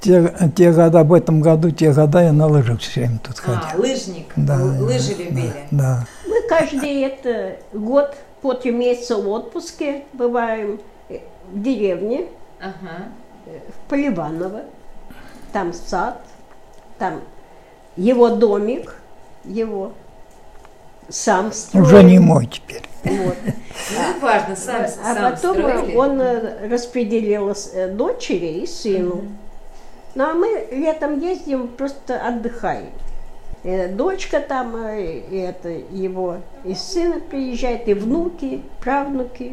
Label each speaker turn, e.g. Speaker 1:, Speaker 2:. Speaker 1: те, те года, об этом году, те года я на лыжах все время тут
Speaker 2: А,
Speaker 1: ходил.
Speaker 2: лыжник.
Speaker 1: Да,
Speaker 2: Л- Лыжи
Speaker 1: да,
Speaker 2: любили.
Speaker 1: Да.
Speaker 3: Мы каждый это год по три месяца в отпуске бываем э, в деревне,
Speaker 2: Ага.
Speaker 3: в Поливаново. Там сад, там его домик, его сам строил.
Speaker 1: Уже не мой теперь.
Speaker 3: Вот.
Speaker 2: Ну, важно, сам,
Speaker 3: А
Speaker 2: сам
Speaker 3: потом
Speaker 2: строили.
Speaker 3: он э, распределил с- э, дочери и сыну. Ну а мы летом ездим, просто отдыхаем. Э, Дочка там, э, и это его, и сын приезжает, и внуки, правнуки.